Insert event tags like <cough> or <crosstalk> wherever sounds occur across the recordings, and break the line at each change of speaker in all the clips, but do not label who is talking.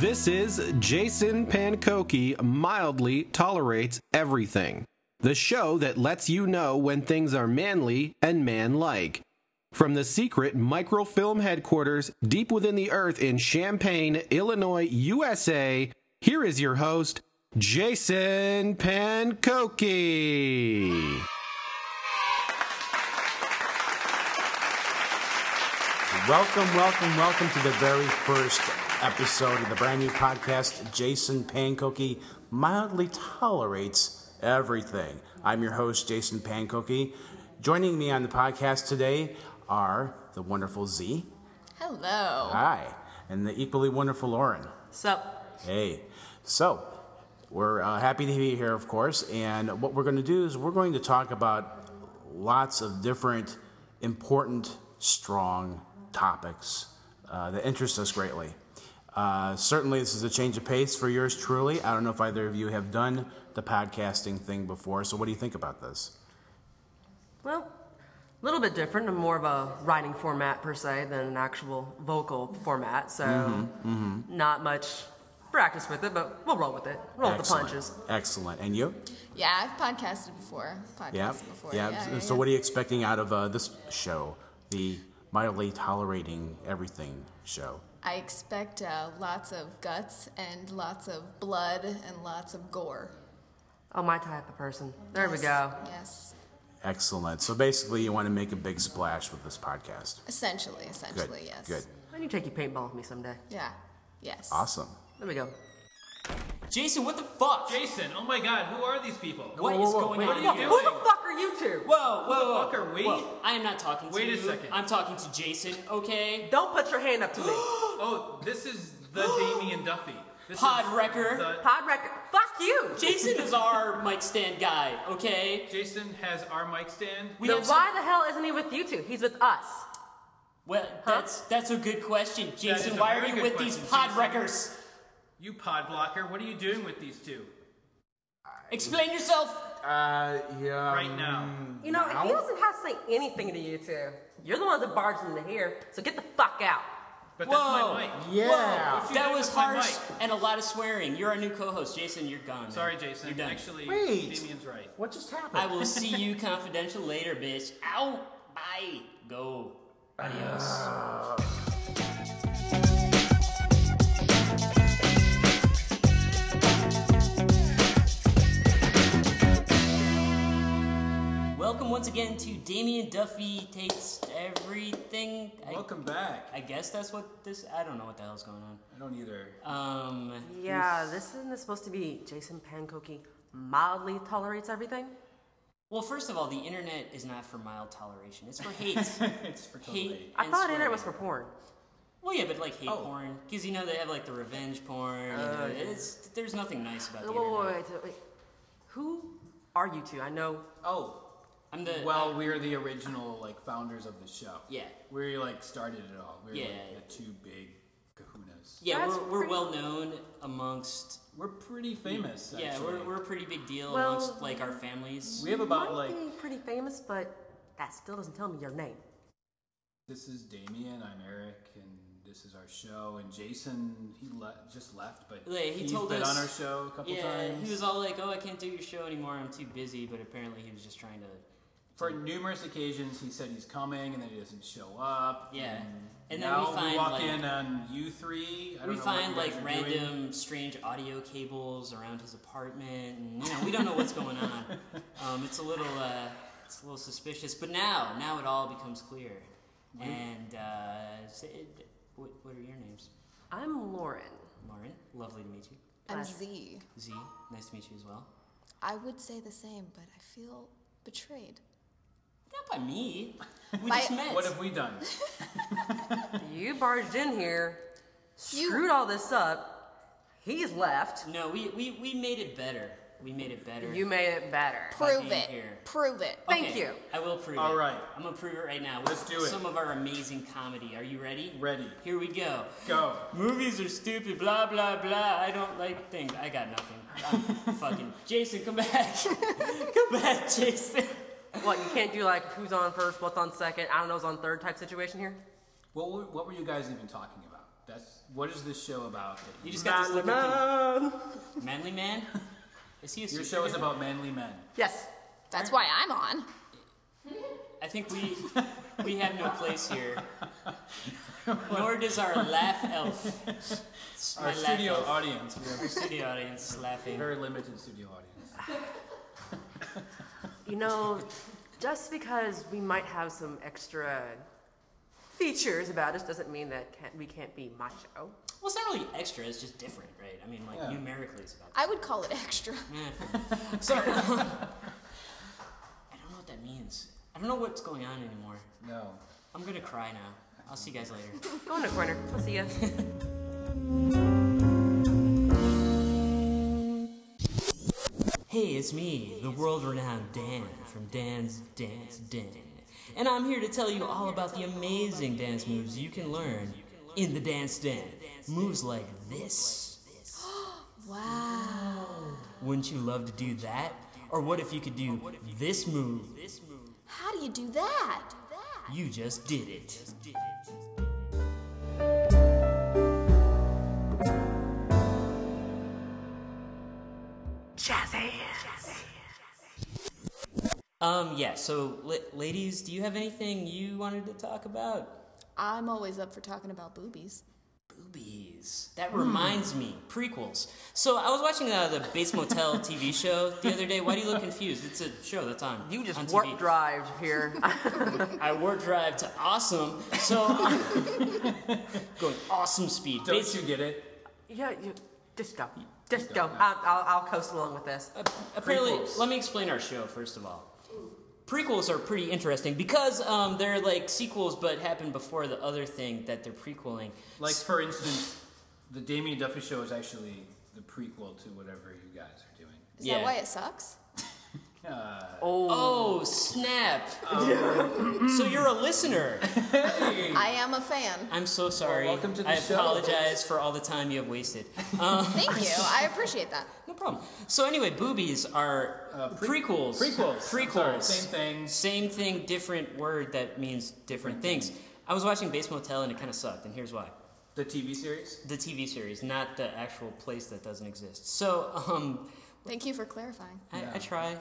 This is Jason Pankoki mildly tolerates everything. The show that lets you know when things are manly and manlike. From the secret microfilm headquarters deep within the earth in Champaign, Illinois, USA, here is your host, Jason Pankoki.
Welcome, welcome, welcome to the very first episode of the brand new podcast, Jason Pancookie Mildly Tolerates Everything. I'm your host, Jason Pancookie. Joining me on the podcast today are the wonderful Z.
Hello.
Hi. And the equally wonderful Lauren.
So,
Hey. So, we're uh, happy to be here, of course. And what we're going to do is we're going to talk about lots of different important, strong topics uh, that interest us greatly. Uh, certainly, this is a change of pace for yours truly. I don't know if either of you have done the podcasting thing before. So, what do you think about this?
Well, a little bit different and more of a writing format per se than an actual vocal format. So not much practice with it, but we'll roll with it. Roll with the
Excellent.
punches.
Excellent. And you?
yeah, I've podcasted before. Podcasted
Yeah.
before.
Yeah.
yeah,
So,
yeah,
so what are you expecting out of uh, this show, the mildly tolerating everything show?
I expect uh, lots of guts and lots of blood and lots of gore.
Oh, my type of person. There we
Yes,
go.
Yes.
Excellent. So basically, you want to make a big splash with this podcast.
Essentially,
Good.
essentially, yes.
Good.
Why don't you take your paintball with me someday?
Yeah. Yes.
Awesome.
There we go.
Jason, what the fuck?
Jason, oh my god, who are these people?
What is
whoa,
going
wait,
on?
Who
here?
the fuck are you two?
Whoa, whoa, whoa.
fuck are we?
Whoa. I am not talking to
Wait a
you.
second.
I'm talking to Jason, okay?
Don't put your hand up to <gasps> me.
Oh, this is
<gasps>
the Damien Duffy. This
Pod
is
wrecker.
the-
Pod record. Fuck you.
Jason
<laughs>
is our mic stand guy, okay?
Jason has our mic stand.
We
Then
have some-
why the hell isn't he with you two? He's with us.
Well, that's that's a good question.
is
Jason,
a
why are
very
you
good
with these
question,
pod
Jason.
wreckers?
You pod blocker, what are you doing with these two
Explain yourself.
Uh, yeah.
Um,
right now?
You know, if he doesn't have to say anything to you two, you're the ones that barged into here, so get the fuck out.
But that's
Whoa.
my mic.
Yeah.
Whoa.
you
That
doing
was
with my
harsh
mic?
and a lot of swearing. You're our new co-host, Jason. You're gone. man.
Sorry, Jason.
You're done.
Actually,
Wait.
Damien's right.
What just happened?
I will see you confidential later, bitch. Out. Bye. Go. Adios. Welcome once again to Damien Duffy Takes Everything. I,
Welcome back.
I guess that's what this. I don't know what the hell's going on.
I don't either. Hmm.
Um,
Yeah, this isn't supposed to be Jason Pankoki mildly tolerates everything.
well, first of all, the internet is not for mild toleration. <laughs> It's for hate.
It's for totally.
hate.
I
and
thought internet
swearing.
was for porn.
Well, yeah, but like hate porn. 'Cause porn, because you know they have like the revenge porn. and the- it's, there's nothing nice about the
Wait, wait,
internet.
wait, wait, wait. Who are you two? I know.
Oh,
I'm the uh,
well, we are the original like founders of the show.
Yeah.
we like started it all. We were
Yeah.
like the two big kahunas.
yeah,
That's
we're, we're
pretty-
well known amongst.
We're pretty famous.
Yeah,
actually.
we're, we're a pretty big deal
Well- mm-hmm.
amongst like our families.
we have about
might
like
be pretty famous, but that still doesn't tell me your name.
this is Damien, I'm Eric, and this is our show. And Jason, he le- just left, but
Yeah, he
has
told
been
us-
on our show a couple
yeah,
times
he was all like, "Oh, I can't do your show anymore. I'm too busy." But apparently, he was just trying to.
for numerous occasions. He said he's coming, and then he doesn't show up.
Yeah.
and,
And then
now
we find,
walk
like-
in on you three. I don't
We
know what
find
you guys
like
are doing.
random strange audio cables around his apartment, and you know we don't know what's going
<laughs>
on. Um, it's a little, uh, it's a little suspicious. But now, now it all becomes clear. And uh, say, what, what are your names?
I'm Lauren.
Lauren, lovely to meet you.
I'm Z.
Z, nice to meet you as well.
I would say the same, but I feel betrayed.
Not by me. We
By-
just met.
What have we done?
You barged in here, screwed all this up. He's left.
no, we, we we made it better. We made it better.
You made it better.
Prove
being
it.
here.
Prove it.
Thank
Okay,
you.
I will prove it.
All right.
I'm gonna prove it right now.
Let's
with
do it.
Some of our amazing comedy. Are you ready?
Ready.
Here we go.
Go.
<laughs> Movies are stupid, blah blah blah. I don't like things. I got nothing. I'm fucking Jason, come back. <laughs> come back, Jason.
What, you can't do like who's on first, what's on second, I don't know who's on third type situation here?
What were, what were you guys even talking about? That's what is this show about? that
You
you-
just got this little thing.
Man.
manly man. Is he a
Your show is
superhero?
about manly men.
Yes.
That's why I'm on.
I think
<laughs>
we we have no place here. Nor does our laugh elf. It's my
Our
laugh
studio
elf.
audience. We have
Our studio audience laughing.
very limited studio audience.
You know, just because we might have some extra features about us doesn't mean that can't, we can't be macho.
Well, it's not really extra. It's just different, right? I mean, like numerically, it's
<laughs>
about.
I would call it <laughs> extra.
So <laughs> I don't know what that means. I don't know what's going on anymore.
No.
I'm gonna cry now. I'll see you guys later.
Go in the corner. I'll see ya.
Hey, it's me, the world renowned Dan from Dan's Dance Den. And I'm here to tell you all about the amazing dance moves you can learn in the Dance Den. Moves like this.
Wow.
Wouldn't you love to do that? Or what if you could do this move?
How do you do that?
You just did it.
Jazz
Um, yeah, so, la- ladies, do you have anything you wanted to talk about?
I'm always up for talking about boobies.
Boobies.
Hmm.
That reminds me, prequels. So I was watching uh, the Bates Motel TV show the other day. Why do you look confused? It's a show that's on.
You
on
just
TV.
warp drive here.
I warp drive to awesome.
<laughs>
So going awesome speed.
Don't
Bates-
you get it?
<laughs> yeah, you just go. Just go. I'll, I'll, I'll coast along with this.
apparently,
Prequels.
let me explain our show first of all. Prequels are pretty interesting because um, they're like sequels, but happen before the other thing that they're prequeling.
Like, for instance, the Damien Duffy show is actually the prequel to whatever you guys are doing.
Is
Yeah.
that why it sucks?
Oh snap!
Oh.
so you're a listener.
I am a fan.
I'm so sorry.
welcome to the
I
show.
apologize for all the time you have wasted.
Thank you. I appreciate that.
No problem. So anyway, boobies are
Uh, pre-
prequels.
Prequels. I'm sorry,
Prequels.
same thing.
Same thing. Different word that means different
Mm-hmm.
things. I was watching Base Motel and it kind of sucked, and here's why:
The TV series?
the TV series, not the actual place that doesn't exist. So, um,
Thank you for clarifying.
I, I try.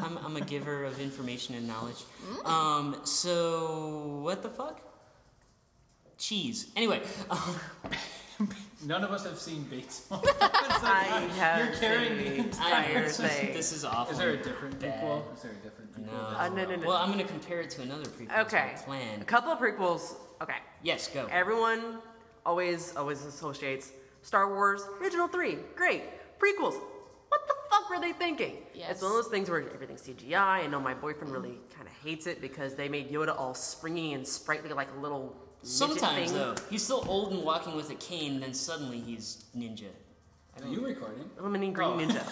I'm, I'm a giver of information and knowledge.
Mm.
Um, so what the fuck? Cheese. Anyway, <laughs> um,
None of us have seen Bates. <laughs>
I have
You're carrying
the
the
I, <laughs>
entire
this, is,
thing.
this is awful.
Is there a different
Bad.
prequel? Is there a different prequel?
No.
Uh, no, no, no.
Well, I'm gonna compare it to another prequel. is
okay.
my
A
Plan.
couple of prequels. Okay.
Yes, go.
Everyone always always associates Star Wars original three. Great prequels. What the fuck were they thinking?
Yes.
It's one of those things where everything's CGI. I know my boyfriend really kind of hates it because they made Yoda all springy and sprightly like a little midget
Sometimes
thing.
though, he's still old and walking with a cane. Then suddenly he's ninja.
Are you recording?
Lemony
Oh.
Green Ninja.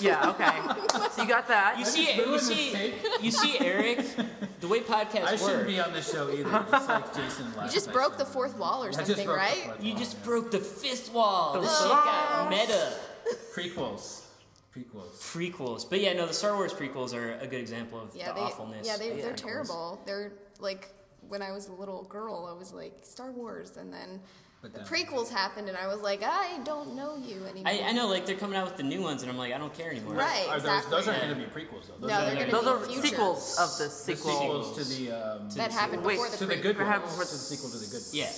<laughs>
yeah. Okay. So you got that.
You see,
just
you
ruined
see, <laughs>
this
you see, Eric. The way podcasts
I
work,
shouldn't be on this show either, just like Jason last
You just
night.
broke the fourth wall or
I just
something,
broke the
right?
fourth
you
wall,
just
yeah.
broke the fifth wall.
The
This shit got meta.
Prequels. Prequels.
Prequels, but yeah, no, the Star Wars prequels are a good example of
Yeah,
the
they,
awfulness.
yeah, they,
of
they're
prequels.
terrible. They're like when I was a little girl, I was like Star Wars, and then
But
the
then-
prequels happened, and I was like, I don't know you anymore.
I, I know, like they're coming out with the new ones, and I'm like, I don't care anymore.
right?
Are those,
exactly.
those aren't going to be prequels, though. Those
No,
are
they're
the-
gonna
Those
be
are
future.
sequels of the
the
sequel.
sequels to the. Um,
that happened
Wait,
before the
to the
prequels
good one.
Perhaps
To the
we're-
sequel to the good one.
Yeah.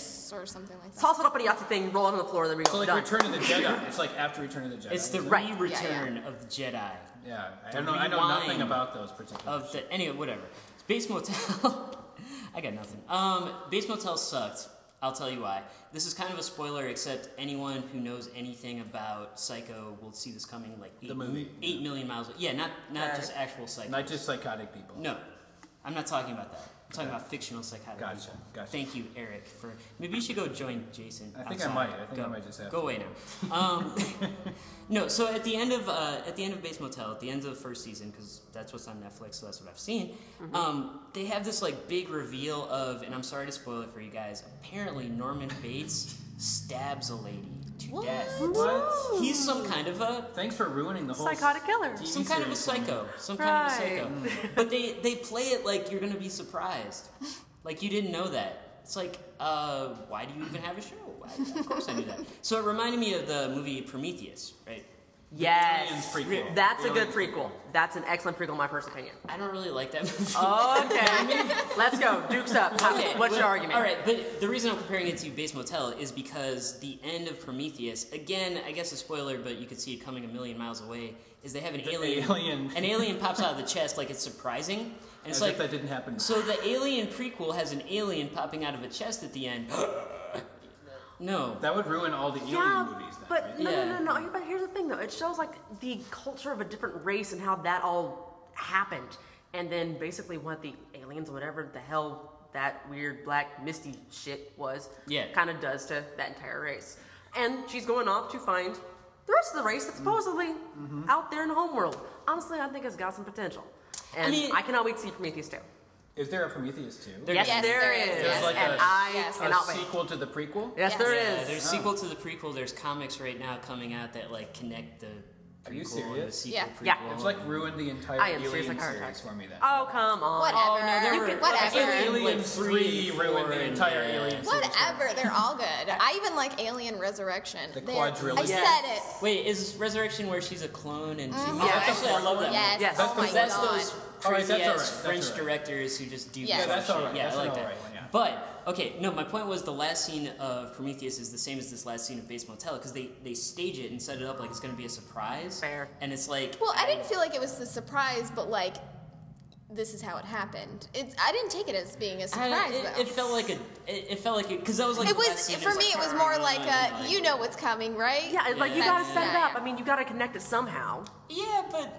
or something like that.
Toss it up in a Yahtzee thing, roll it on the floor, there we go.
So like
Done.
Return of the Jedi. It's like after Return of the Jedi.
It's the
Right. Yeah,
re-return of the Jedi.
yeah. I
the
don't know. I know nothing
rewind
about those particular.
of the anyway, whatever. Base Motel. <laughs> I got nothing. Um, Base Motel sucked. I'll tell you why. This is kind of a spoiler, except anyone who knows anything about Psycho will see this coming like eight,
movie,
eight million miles. Yeah, not not
Okay.
just actual Psycho.
Not just psychotic people.
no, I'm not talking about that. I'm talking about fictional psychotic.
Gotcha,
people.
gotcha.
Thank you, Eric. For maybe you should go join Jason.
I think I
outside.
might. I think
go,
I might just have
go
to.
away now. Um, <laughs> no, so at the end of uh, at the end of Base Motel, at the end of the first season, because that's what's on Netflix, so that's what I've seen. Um, they have this like big reveal of, and I'm sorry to spoil it for you guys. Apparently, Norman Bates stabs a lady to death.
What?
He's some kind of a
Thanks for ruining the whole.
Psychotic killer.
TV
some kind of a
series for me.
psycho. Some kind of a
Right.
Mm.
psycho. But they, they play it like you're gonna be surprised. Like you didn't know that. It's like, uh, why do you even have a show? Why, of course I knew that. So it reminded me of the movie Prometheus, right?
Yes.
Aliens prequel.
That's a good prequel. That's an excellent prequel, in my personal opinion.
I don't really like that movie.
Okay. Let's go. Duke's up.
<laughs> Okay,
Oh, What's your
but-
argument?
All right, but the reason I'm comparing it to Base Motel is because the end of Prometheus, again, I guess a spoiler, but you could see it coming a million miles away, is they have an alien.
alien.
An alien pops out of the chest like it's surprising, and it's
As
like
if that didn't happen.
So the alien prequel has an alien popping out of a chest at the end. <gasps> no,
that would ruin all the alien
Yeah,
movies. Then,
but
right?
no,
Yeah.
no, no, no. But here's the thing, though. It shows like the culture of a different race and how that all happened, and then basically what the aliens, whatever the hell that weird black misty shit was,
Yeah.
kind of does to that entire race. And she's going off to find the rest of the race that's supposedly out there in the homeworld. Honestly, I think it's got some potential, and I,
mean-
cannot wait to see Prometheus too.
Is there a Prometheus too?
Yes,
Yes,
there
there
is,
is.
There's like
and
a-
I
Yes.
a
cannot wait.
sequel to the prequel?
Yes, there is.
Yes.
Yeah, there's sequel to the prequel. There's comics right now coming out that like connect the prequel
Are you
and the
serious?
sequal
Yeah.
prequel.
Yeah.
It's like ruined the entire
I am
alien
serious, like, heart
series
attack.
for me then.
Oh come on.
Whatever.
there were-
whatever.
Alien,
Alien
like,
3
and four
ruined the
and,
entire
uh,
Alien series.
Whatever, they're all good. I even like Alien Resurrection.
The
They're-
quadrilogy.
I
Yes.
said it.
Wait, is Resurrection where she's a clone and she's
Yeah.
actually I love
Mm-hmm.
that.
Yes.
movie.
Yes.
Oh my
Because that's
god.
those
All right,
crazy
that's
ass
all right, that's
French
all right.
directors who just do
Yeah.
crazy
Yeah,
that's all
shit.
right,
Yeah,
that's
I like
an all
that.
right one, yeah.
But okay, no, my point was the last scene of Prometheus is the same as this last scene of Base Motel because they they stage it and set it up like it's going to be a surprise.
Fair.
And it's like
Well, I
Um,
didn't feel like it was a surprise, but like, this is how it happened. It's I didn't take it as being a
I
surprise
don't-
though.
it, it felt like a it, it felt like it because that was like
It
the last
was
scene,
for me. It
like,
was more
"Argh,"
like a,
like-
you know what's coming, right?
Yeah, it's like you gotta
That's-
set it
yeah,
up.
yeah.
I mean, you gotta connect it somehow.
yeah, but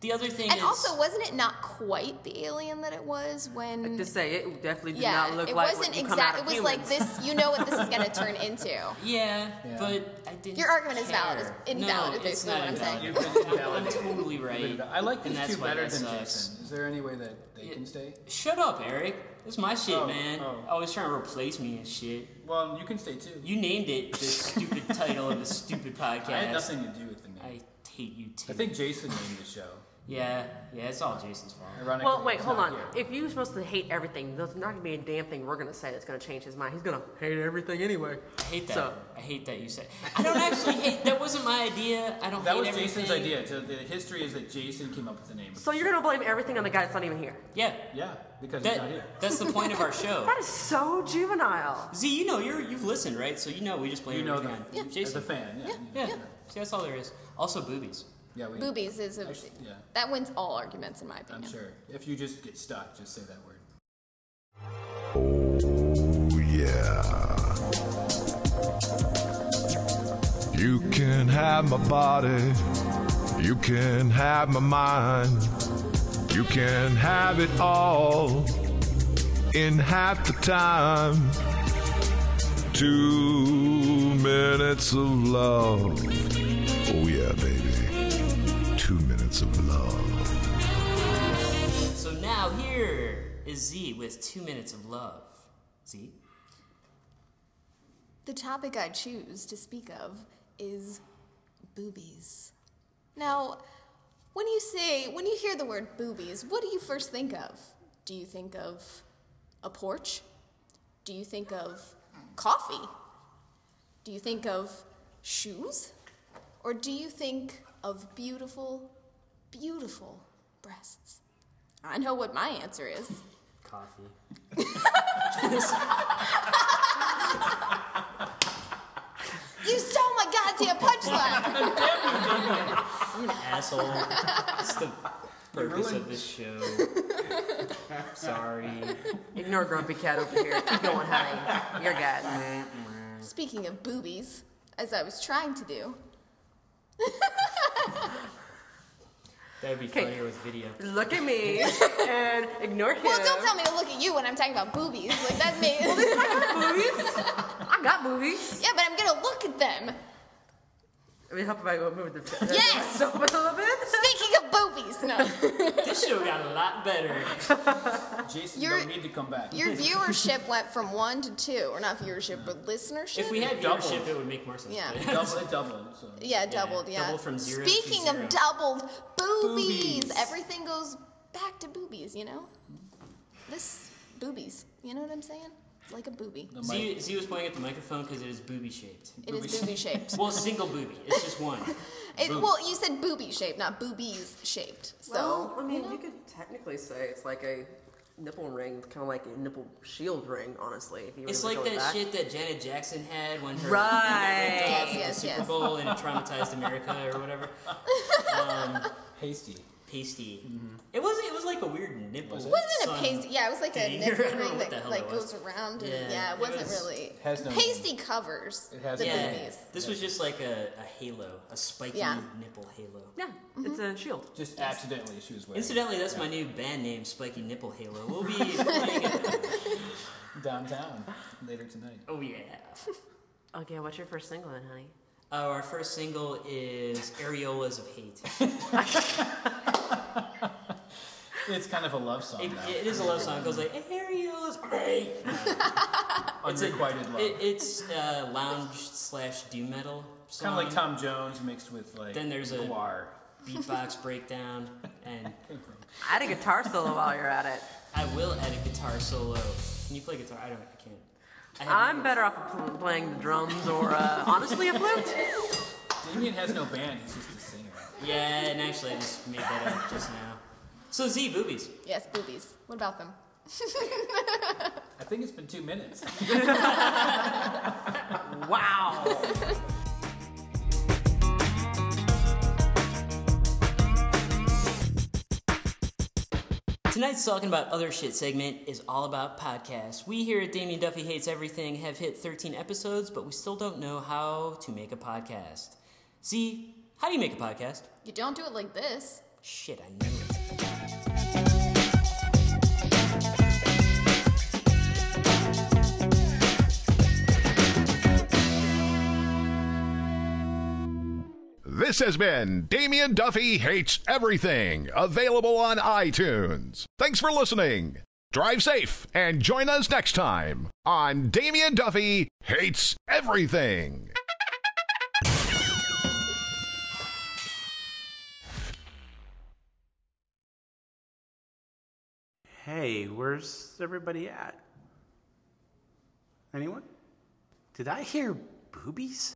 the other thing
And
is
also, wasn't it not quite the alien that it was when?
To say it definitely did
yeah,
not look
it
like
wasn't
what you come out
exact. It
of
was like
humans.
this. You know what this is going
<laughs>
to turn into.
Yeah,
Yeah.
but I didn't.
Your argument is valid.
care.
It's invalid,
No,
is
it's
basically
not
what I'm saying.
invalid.
You've
<laughs>
been
I'm
invalidated.
totally right.
I like
and
these
that's
two
why
better
that
than
sucks.
Jason. Is there any way that they can stay?
Shut up, Eric. That's my shit,
Oh,
man.
oh.
Always trying to replace me and shit.
Well, you can stay too.
You named it
<laughs>
the stupid title of the stupid podcast.
I had nothing to do with the name. I,
I hate you too.
think Jason named the show.
Yeah, yeah, it's all Jason's fault.
Ironically,
well, wait,
he's
hold
not
on.
here.
If you're supposed to hate everything, there's not gonna be a damn thing we're gonna say that's gonna change his mind. He's gonna hate everything anyway.
I hate that.
So,
I hate that you said. I don't actually hate. That wasn't my idea. I don't.
That
hate
was Jason's
everything.
idea. So the history is that Jason came up with the name.
so you're gonna blame everything on the guy that's not even here.
Yeah.
Yeah, because he's not
That,
here.
that's the point of our show.
<laughs>
That is so juvenile.
Z, you know you're you've listened, right? So you know we just blame
You know
everything
that.
on
As a
Jason.
fan, yeah.
Yeah. See, that's all there is. Also boobies.
Yeah, we,
Boobies is a,
Actually, yeah.
that wins all arguments in my
I'm
opinion.
sure. If you just get stuck, just say that word.
Oh, yeah. You can have my body. You can have my mind. You can have it all in half the time. Two minutes of love. Oh, yeah, baby. Two minutes of love.
So now here is Z with two minutes of love. Z.
The topic I choose to speak of is boobies. Now, when you say, when you hear the word boobies, what do you first think of? Do you think of a porch? Do you think of coffee? Do you think of shoes? Or do you think of beautiful, beautiful breasts? I know what my answer is.
Coffee.
You stole oh my goddamn punchline!
Asshole. That's the purpose of this show. Sorry.
Ignore Grumpy Cat over here. Keep going, honey. You're good.
Speaking of boobies, as I was trying to do,
That would be
Okay.
funnier with video.
Look at
<laughs>
me and ignore him.
Well, don't tell me to look at you when I'm talking about boobies. Like that may. <laughs> yeah,
movies. I got movies.
but I'm gonna look at them.
I mean, help if I go move <laughs> the
Yes!
myself a little <laughs> bit.
Speaking of boobies, no.
This show got a lot better.
Jason,
You're-
don't need to come back.
Your viewership went from one to two, or not viewership, but listenership.
If we had
Doubled.
viewership, it would make more sense.
Yeah.
but- <laughs>
double, it doubled. So.
yeah, doubled. Yeah.
doubled from zero to
Speaking
zero.
of doubled boobies,
Boobies.
everything goes back to boobies. You know, this boobies. You know what I'm saying? It's like a booby.
Z, Z was pointing at the microphone because it is booby shaped.
It is booby shaped.
Well, single booby. It's
<laughs>
just one.
It, well, you said booby shaped, not boobies shaped. So
Well, I mean,
you know,
you could technically say it's like a nipple ring, kind of like a nipple shield ring, honestly. If you
It's
wanted
like
to go
that
with
shit that Janet Jackson had when her
Right.
when they ripped off
Yes, yes,
the Super
yes.
Bowl and it traumatized America or <laughs> whatever.
Hasty.
Pasty. It was it Mm-hmm. was like a weird nipple.
wasn't
sun
a pasty. Yeah, it was like a
thing. <laughs> I
nipple
don't know
ring
what the
that
hell
like
it was.
goes around. And, yeah,
Yeah,
it
it
wasn't
was-
really
has no-
pasty covers
It has
the
no-
Yeah,
boobies.
this was just like a, a halo, a spiky
Yeah.
nipple halo.
Yeah, Mm-hmm. it's a shield.
Just accidentally, she was wearing.
Incidentally, that's my new band name, Spiky Nipple Halo. We'll be
<laughs>
playing it.
downtown later tonight.
Oh yeah.
Okay, what's your first single then, honey?
Uh, our first single is Areolas of Hate.
It's kind of a love song.
It,
now.
it is a love song. It goes like Areolas. of Hate." It's a-
Unrequited love.
It, it's uh, lounge slash doom metal.
kind
song.
of like Tom Jones mixed with like
Then there's a-
noir.
Beatbox breakdown, and
Add a guitar solo while you're at it.
I will add a guitar solo. Can you play guitar? I don't. I can't. I have
I'm better off pl- playing the drums or uh, honestly a flute.
Damien has no band. He's just a singer.
Yeah, and actually, I just made that up just now. So Z boobies.
Yes, boobies. What about them? <laughs>
I think it's been two minutes.
Wow.
Tonight's Talking About Other Shit segment is all about podcasts. We here at Damien Duffy Hates Everything have hit 13 episodes, but we still don't know how to make a podcast. Z, how do you make a podcast?
You don't do it like this.
Shit, I knew it.
This has been Damien Duffy Hates Everything, available on iTunes. Thanks for listening. Drive safe and join us next time on Damien Duffy Hates Everything.
Hey, where's everybody at? Anyone? Did I hear boobies?